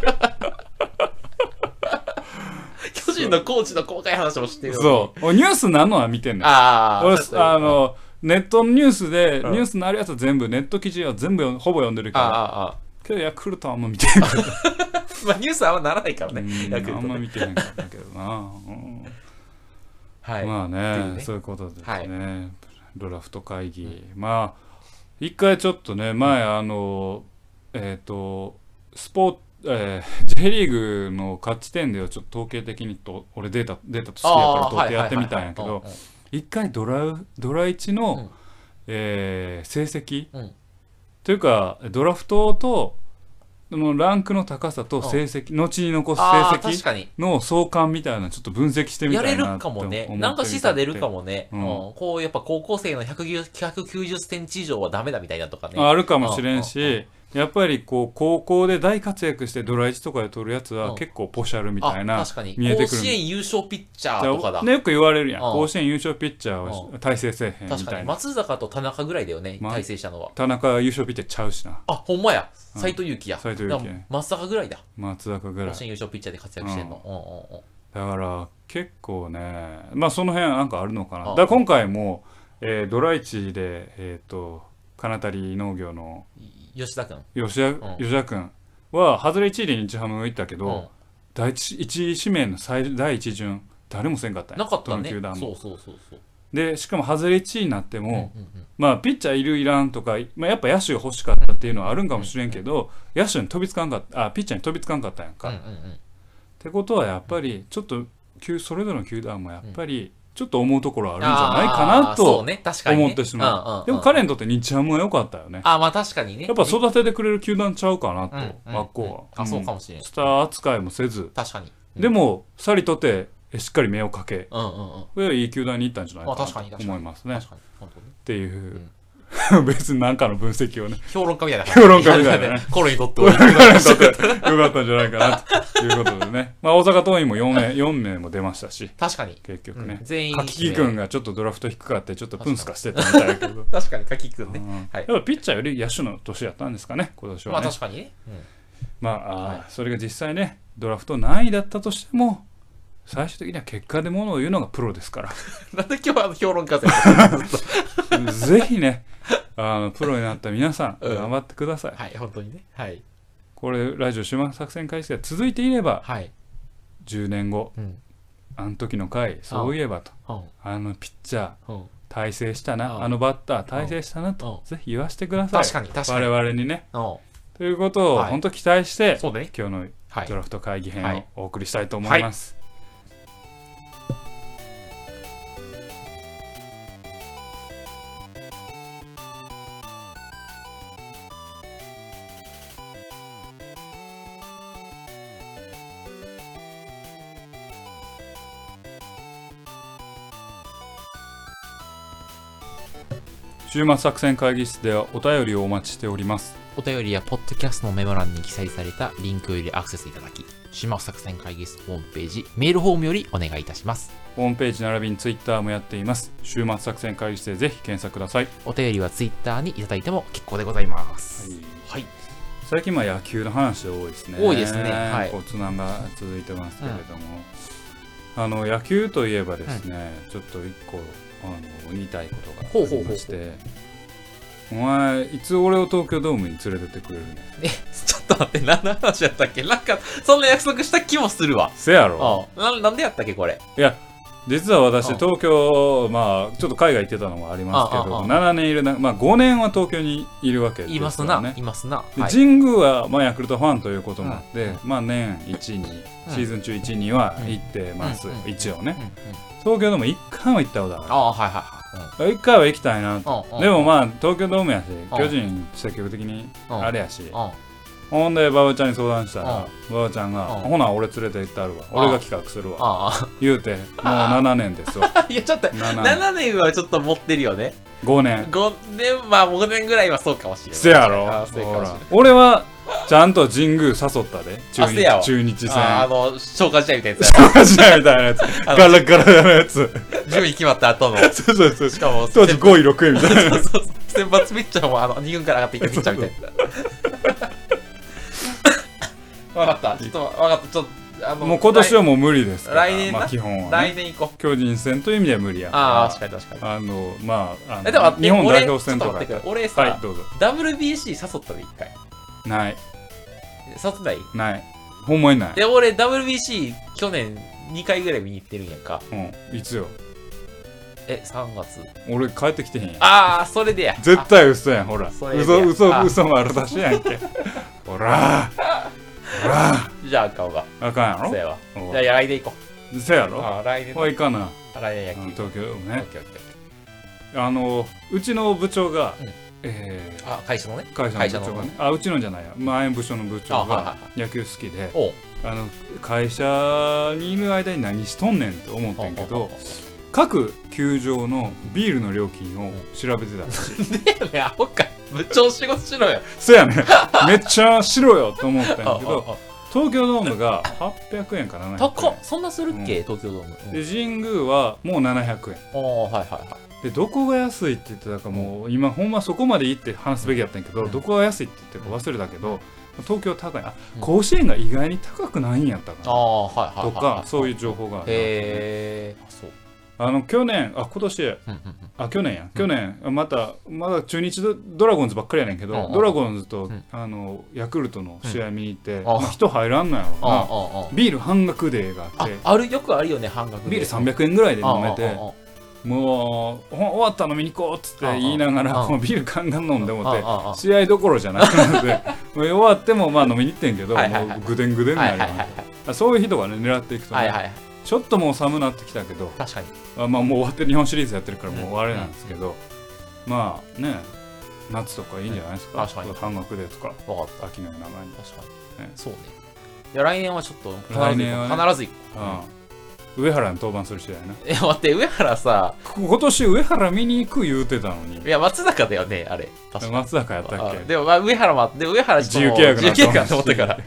Speaker 2: 巨人のコーチの細かい話も知ってるよ
Speaker 1: そう俺ニュースなんのは見てんねん
Speaker 2: ああ。
Speaker 1: 俺
Speaker 2: そう
Speaker 1: あのネットのニュースで、
Speaker 2: うん
Speaker 1: ニュースのあるやつは全部ネット記事は全部ほぼ読んでる
Speaker 2: ああ、
Speaker 1: から
Speaker 2: ああ。
Speaker 1: けどヤクルトはあんま見てな い
Speaker 2: まあ、ニュースあんまならないからね、ヤクル
Speaker 1: うんあ
Speaker 2: ト
Speaker 1: んま
Speaker 2: ね。
Speaker 1: 見てないんだけど な、うん
Speaker 2: はい。
Speaker 1: まあ
Speaker 2: ってい
Speaker 1: ね
Speaker 2: うね
Speaker 1: そういうことですね、
Speaker 2: はい
Speaker 1: ドラフト会議、まあ一回ちょっとね前あのえっ、とスポえー J リーグの勝ち点でをちょっと統計的にと俺データデータと好きやから
Speaker 2: ああ
Speaker 1: 統計やってみたんやけ
Speaker 2: はいはい
Speaker 1: ど
Speaker 2: はい
Speaker 1: 一回ドラウドラ1の、
Speaker 2: うん
Speaker 1: えー成績、
Speaker 2: うん
Speaker 1: というかドラフトとそのランクの高さと成績、後に残す成
Speaker 2: ああ、
Speaker 1: 績
Speaker 2: 確かに。
Speaker 1: の相関みたいなのちょっと分析してみ
Speaker 2: や
Speaker 1: た
Speaker 2: れ
Speaker 1: い
Speaker 2: る
Speaker 1: なって
Speaker 2: か
Speaker 1: 思
Speaker 2: も
Speaker 1: って
Speaker 2: ね。なんか示唆出るかもね。
Speaker 1: う
Speaker 2: うんん。こう、やっぱ高校生の190 190センチ以上はダメだみたいなとかね。
Speaker 1: ああるかもしれん
Speaker 2: うんうん
Speaker 1: しやっぱりこう高校で大活躍してドラ1とかで取るやつ
Speaker 2: う
Speaker 1: は
Speaker 2: ん
Speaker 1: 結構ポシャルみ
Speaker 2: あ
Speaker 1: たいな
Speaker 2: 確かに。
Speaker 1: 見えてく
Speaker 2: 甲
Speaker 1: る
Speaker 2: 子園優勝ピッチャーとかだ。
Speaker 1: ねよく言われるやん
Speaker 2: うん
Speaker 1: 甲子園優勝ピッチャーは大成せえへんみ
Speaker 2: 確か
Speaker 1: た
Speaker 2: に。
Speaker 1: いな
Speaker 2: 松坂と田中ぐらいだよね、
Speaker 1: ま
Speaker 2: 対戦したのは。
Speaker 1: 田中優勝ピッチャーちゃうしな
Speaker 2: あ、ほんまや。
Speaker 1: うん
Speaker 2: 斎藤佑樹や。
Speaker 1: 斎藤佑樹ね
Speaker 2: だから松坂ぐらいだ。
Speaker 1: 松坂ぐら
Speaker 2: 甲
Speaker 1: い
Speaker 2: 子園優勝ピッチャーで活躍してんの。うんうんうん。
Speaker 1: だから結構ねまあその辺なんかあるのかな
Speaker 2: あ
Speaker 1: だから今回もえードラ1でえっと金谷農業の
Speaker 2: 吉田君。
Speaker 1: 吉田
Speaker 2: ん
Speaker 1: 吉田君は外れ1位で日ハムが行ったけど、
Speaker 2: うん
Speaker 1: 第一一位指名の最第一巡誰もせんかったんや
Speaker 2: なかった
Speaker 1: どの
Speaker 2: ね。
Speaker 1: 球団
Speaker 2: そ
Speaker 1: も
Speaker 2: うそうそうそう。
Speaker 1: でしかも外れ1位になっても、
Speaker 2: うんうんうん
Speaker 1: まあピッチャーいるいらんとか、まあ、やっぱ野手欲しかったっていうのはあるんかもしれんけど、野手に飛びつかんかったあピッチャーに飛びつかんかったんやんか、
Speaker 2: うん
Speaker 1: っ
Speaker 2: うんうん。
Speaker 1: てことはやっぱりちょっと球それぞれの球団もやっぱりちょっと思うところあるんじゃないかな
Speaker 2: あーそう
Speaker 1: と
Speaker 2: ね、確かにね
Speaker 1: 思ってしまう,、
Speaker 2: んんん
Speaker 1: でも彼にとって日ハムは良かったよね
Speaker 2: あーまあ確かにね。
Speaker 1: やっぱ育ててくれる球団ちゃうかなと、
Speaker 2: うんうんうん
Speaker 1: 真っ向は、
Speaker 2: あ、そうかもしれん。
Speaker 1: スター扱いもせず、
Speaker 2: 確かに。
Speaker 1: でもさりとてえしっかり目をかけ
Speaker 2: うんうんうん。
Speaker 1: これはいい球団に行ったんじゃないか
Speaker 2: あ確かに
Speaker 1: なと
Speaker 2: 確かに
Speaker 1: 思いますね。っ
Speaker 2: 確かに。本当ね
Speaker 1: ていう、 別に何かの分析を ね
Speaker 2: 評論家みたいな。
Speaker 1: 評論家みたい なね。
Speaker 2: コロにとっては。
Speaker 1: よかったんじゃないかなということでね、まあ、大阪桐蔭も4名四名も出ましたし
Speaker 2: 確かに。
Speaker 1: 結
Speaker 2: う
Speaker 1: 局
Speaker 2: ん
Speaker 1: ね、
Speaker 2: 全員。
Speaker 1: 柿木君。がちょっとドラフト低かってちょっとプンスカしてたみたいだ けど。
Speaker 2: 確かに、柿木君
Speaker 1: う
Speaker 2: ね。
Speaker 1: ん
Speaker 2: は
Speaker 1: やっ
Speaker 2: い
Speaker 1: ぱピッチャーより野手の年やったんですかね、今年
Speaker 2: ま
Speaker 1: は
Speaker 2: あ
Speaker 1: ね。
Speaker 2: 確かにね。うん
Speaker 1: まあ、あーそれが実際ね、ドラフト何位だったとしても、最終的には結果でものを言うのがプロですから。
Speaker 2: なんで今日はあの評論家で。
Speaker 1: ぜひね、あのプロになった皆さん、
Speaker 2: うん
Speaker 1: 頑張ってください。
Speaker 2: はい、本当にね。はい。
Speaker 1: これ、ラジオ終末作戦会議が続いていれば、
Speaker 2: はい。
Speaker 1: 10年後、
Speaker 2: うん。
Speaker 1: あの時の回、そういえばと、
Speaker 2: うん。
Speaker 1: あのピッチャー、
Speaker 2: うん。
Speaker 1: 大成したな、
Speaker 3: うん
Speaker 1: あのバッター、大成したなと、ぜひ言わせてください。
Speaker 2: 確かに、確か
Speaker 1: 我
Speaker 2: に。
Speaker 1: 々にね。
Speaker 2: うん
Speaker 1: ということを、
Speaker 2: はい
Speaker 1: 本当期待して、
Speaker 2: そうね。
Speaker 1: 今日の
Speaker 2: はい
Speaker 1: ド。ラフト会議
Speaker 2: は
Speaker 1: 編を
Speaker 2: い
Speaker 1: お送りしたいと思います。週末作戦会議室ではお便りをお待ちしております
Speaker 3: お便りやポッドキャストのメモ欄に記載されたリンクよりアクセスいただき、島作戦会議室ホームページ、メールフォームよりお願いいたします。
Speaker 1: ホームページ並びにツイッターもやっています。週末作戦会議室でぜひ検索ください。
Speaker 3: お便りは Twitter にいただいても結構でございます。はい。
Speaker 1: 最近まあ野球の話多いですね。
Speaker 3: 多いですねはい
Speaker 1: こうつなが続いてますけれども、あの野球といえばですね、ちょっと一個あの言いたいことが
Speaker 3: ほう
Speaker 1: あ
Speaker 3: ほうほ
Speaker 1: り
Speaker 3: うほう
Speaker 1: まして、お前いつ俺を東京ドームに連れてってくれるの？
Speaker 3: え、
Speaker 2: ちょっと待って、何の話やったっけなんか、そんな約束した気もするわ。
Speaker 1: せやろ。
Speaker 2: あななんでやったっけ、これ。
Speaker 1: いや。実は私
Speaker 2: うん
Speaker 1: 東京、まあちょっと海外行ってたのもありますけ
Speaker 2: うんう
Speaker 1: ど、
Speaker 2: んうん
Speaker 1: 7年いるな、まあ、5年は東京にいるわけですよね
Speaker 2: いますな、いますな。
Speaker 1: で
Speaker 2: はい、
Speaker 1: 神宮は、まあ、ヤクルトファンということもあって、
Speaker 3: うん
Speaker 1: まあ、年1位に、
Speaker 3: うん
Speaker 1: シーズン中1位には行ってます、
Speaker 3: うん
Speaker 1: 一応
Speaker 3: う
Speaker 1: ね
Speaker 3: んうん
Speaker 1: 東京でも1回は行ったこと
Speaker 3: あ
Speaker 1: あ
Speaker 3: あ、はいはいはい
Speaker 1: る1回は行きたいなと
Speaker 3: うんうんうん。
Speaker 1: でもまあ東京ドームやし
Speaker 3: ん
Speaker 1: 巨人積極的に
Speaker 3: うん
Speaker 1: あれやし
Speaker 3: うん、あ
Speaker 1: ほんで馬場ちゃんに相談したら馬場ちゃんが
Speaker 3: うん
Speaker 1: 「ほな俺連れて行ってあるわ俺が企画するわ
Speaker 3: あ。」
Speaker 1: 言うてもう7年ですわ
Speaker 2: いや、ちょっと、
Speaker 1: 7年
Speaker 2: 7年はちょっと持ってるよね。
Speaker 1: 5年
Speaker 2: 5年、まあ5年ぐらいはそうかもしれない。
Speaker 1: せやろ
Speaker 2: あそうかも
Speaker 1: ほ
Speaker 2: しれない
Speaker 1: ら俺はちゃんと神宮誘ったで中
Speaker 2: あせやわ
Speaker 1: 日中日戦
Speaker 2: ああの、消化試合みたいなやつや。
Speaker 1: マジだみたいなやつ。ガラガラのやつ。
Speaker 2: 順位決まった後 の。
Speaker 1: そうそうそう。
Speaker 2: しかも、
Speaker 1: 当時5位、6位みたいな。
Speaker 2: そうそう先発ピッチャーもあの2軍から上がってきたピッチャーみたいな。 わかった、ちょっとわかった、ちょっと、あの、
Speaker 1: もう今年はもう無理ですから。
Speaker 2: 来年な
Speaker 1: まあ基本は、
Speaker 2: 来
Speaker 1: ね。
Speaker 2: 来年行こう。
Speaker 1: 巨人戦という意味では無理や。
Speaker 2: ああ、確かに確かに。
Speaker 1: あの、まあ、あの
Speaker 2: え、でも待って
Speaker 1: 日本
Speaker 2: 俺
Speaker 1: 代表戦とかやっ
Speaker 2: ち
Speaker 1: た
Speaker 2: ょっ
Speaker 1: ら。
Speaker 2: と待ってくれ俺さ、
Speaker 1: はい、どうぞ。
Speaker 2: WBC 誘ったで一回。
Speaker 1: ない、
Speaker 2: 誘ってない
Speaker 1: ない。ほんまにない。
Speaker 2: で、俺 WBC 去年2回ぐらい見に行ってるんやんか。
Speaker 1: うん、いつよ。
Speaker 2: え、3月。
Speaker 1: 俺帰ってきてへんやん。
Speaker 2: ああ、それでや。
Speaker 1: 絶対嘘やん、ほら。
Speaker 2: それで
Speaker 1: 嘘、嘘、
Speaker 2: あ
Speaker 1: 嘘丸出しやんけ。ほら。ほら。
Speaker 2: あじゃあ、顔が。
Speaker 1: あかん
Speaker 2: そう
Speaker 1: や
Speaker 2: やわ。
Speaker 1: ろ
Speaker 2: じゃあ、来年行こ
Speaker 1: おせや
Speaker 2: う。
Speaker 1: ろ
Speaker 2: ああ、来年
Speaker 1: ほいかな。
Speaker 2: 来年
Speaker 1: うん
Speaker 2: 野球。
Speaker 1: 東京ドーム
Speaker 2: オ
Speaker 1: ね
Speaker 2: ッ。ケーオッケーオッケ
Speaker 1: あのうちの部長が、
Speaker 2: うん
Speaker 1: え
Speaker 2: ー。あ、会社のね。
Speaker 1: ー会社の部長がねあうちのじゃないや前部署の部長
Speaker 2: あはいは
Speaker 1: が野球好きで
Speaker 2: おう。
Speaker 1: あの会社にいる間に何しとんねんと思ってんけど各球場のビールの料金を調べてた、
Speaker 2: ねアホか部長仕事しろよ。
Speaker 1: そやねんめっちゃ白よと思ったんやけど
Speaker 2: あ
Speaker 1: 東京ドームが800円か700円
Speaker 2: 高っそんなするっけ、東京ドーム。うん
Speaker 1: で神宮はもう700円
Speaker 2: おーはいはいはい。
Speaker 1: でどこが安いって言ってたかもう今ほんまそこまでいいって話すべきやったんやけど、
Speaker 2: うん
Speaker 1: どこが安いって言ってたか忘れたけど東京高いあ
Speaker 2: うん
Speaker 1: 甲子園が意外に高くないんやったか
Speaker 2: あ
Speaker 1: な、
Speaker 2: あはいはいは
Speaker 1: と
Speaker 2: い。。
Speaker 1: かそういうう情報がある、
Speaker 2: へえ。あそう。
Speaker 1: あの去年あ今年
Speaker 2: うんうんうん
Speaker 1: あ去年や去年またまだ中日ドドラゴンズばっかりやねんけど、
Speaker 2: うん
Speaker 1: ドラゴンズと、
Speaker 2: うん
Speaker 1: あのヤクルトの試合見に行って、
Speaker 2: ん
Speaker 1: まあ人入らんのやろう
Speaker 2: ああ
Speaker 1: な、
Speaker 2: あ
Speaker 1: ビール半額デーがあ
Speaker 2: あ
Speaker 1: って
Speaker 2: ああるよくあるよね半額で。
Speaker 1: ビール300円ぐらいで飲
Speaker 2: あ
Speaker 1: めて
Speaker 2: あああ
Speaker 1: もうほん終わったの見に行こうっつって言いながら
Speaker 2: うんうん
Speaker 1: もうビールガンガン飲んでも
Speaker 2: あ
Speaker 1: って
Speaker 2: あああ
Speaker 1: 試合どころじゃなくな ってもう終わってもまあ飲みに行ってんけども
Speaker 2: はいはいはいう
Speaker 1: ぐでんぐでんに
Speaker 2: は
Speaker 1: ないる
Speaker 2: は
Speaker 1: よ
Speaker 2: いはい
Speaker 1: あそういう人がね狙っていくと
Speaker 2: はい
Speaker 1: ね
Speaker 2: はいはい。
Speaker 1: ちょっともう寒なってきたけど
Speaker 2: 確かに。
Speaker 1: あまあもう終わって日本シリーズやってるからもう終わりなんですけどまあね夏とかいいんじゃないです
Speaker 2: うん
Speaker 1: か
Speaker 2: 確かに
Speaker 1: 半額でとか
Speaker 2: わかっ
Speaker 1: 秋の夜長いに
Speaker 2: た。確かに。
Speaker 1: ね
Speaker 2: そうね。いや来年はちょっと必ず行こう
Speaker 1: 来年はね
Speaker 2: 必ず行こ
Speaker 1: うん上原に登板する試合やな
Speaker 2: う。え待って上原さ
Speaker 1: 今年上原見に行く言うてたのに
Speaker 2: いや松坂だよねあれ確かに。
Speaker 1: 松坂やったっ
Speaker 2: あ
Speaker 1: け
Speaker 2: でもまあ上原もあって上原ちょっともう
Speaker 1: 自由契約な
Speaker 2: 自由契約なと思ったから。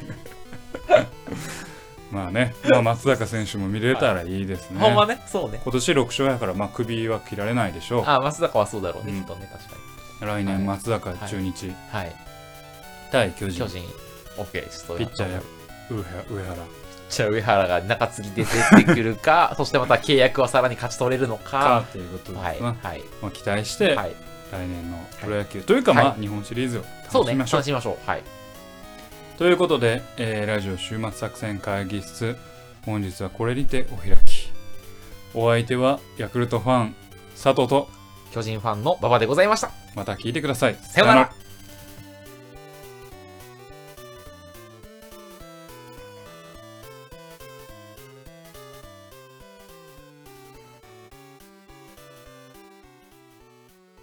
Speaker 1: まあね、まあ、松坂選手も見れたらいいですね。
Speaker 2: ほんまね、そうね。
Speaker 1: 今年6勝やから、まあ、首は切られないでしょ
Speaker 2: あ、松坂はそうだろうね、
Speaker 1: うん
Speaker 2: きっとね、確かに。
Speaker 1: う。来年、松坂中日、
Speaker 2: はい。
Speaker 1: 対巨人
Speaker 2: 巨、人、オッケー、ちょっと、
Speaker 1: ピッチャーや上原上原
Speaker 2: じゃあ上原が中継ぎで出てくるか、 そしてまた契約はさらに勝ち取れるのか。
Speaker 1: かということです
Speaker 2: はい、
Speaker 1: まあ
Speaker 2: はい、
Speaker 1: まあ、期待して、
Speaker 2: はい。
Speaker 1: 来年のプロ野球、というか、まあ、
Speaker 2: は
Speaker 1: 日本シリーズを
Speaker 2: そう
Speaker 1: 楽
Speaker 2: ね、
Speaker 1: しみま
Speaker 2: 楽
Speaker 1: しょう。
Speaker 2: しみましょう。はい。
Speaker 1: ということで、えーラジオ週末作戦会議室、本日はこれにてお開き。お相手は、ヤクルトファン、佐藤と、
Speaker 2: 巨人ファンの馬場でございました。
Speaker 1: また聞いてください。
Speaker 2: さようなら。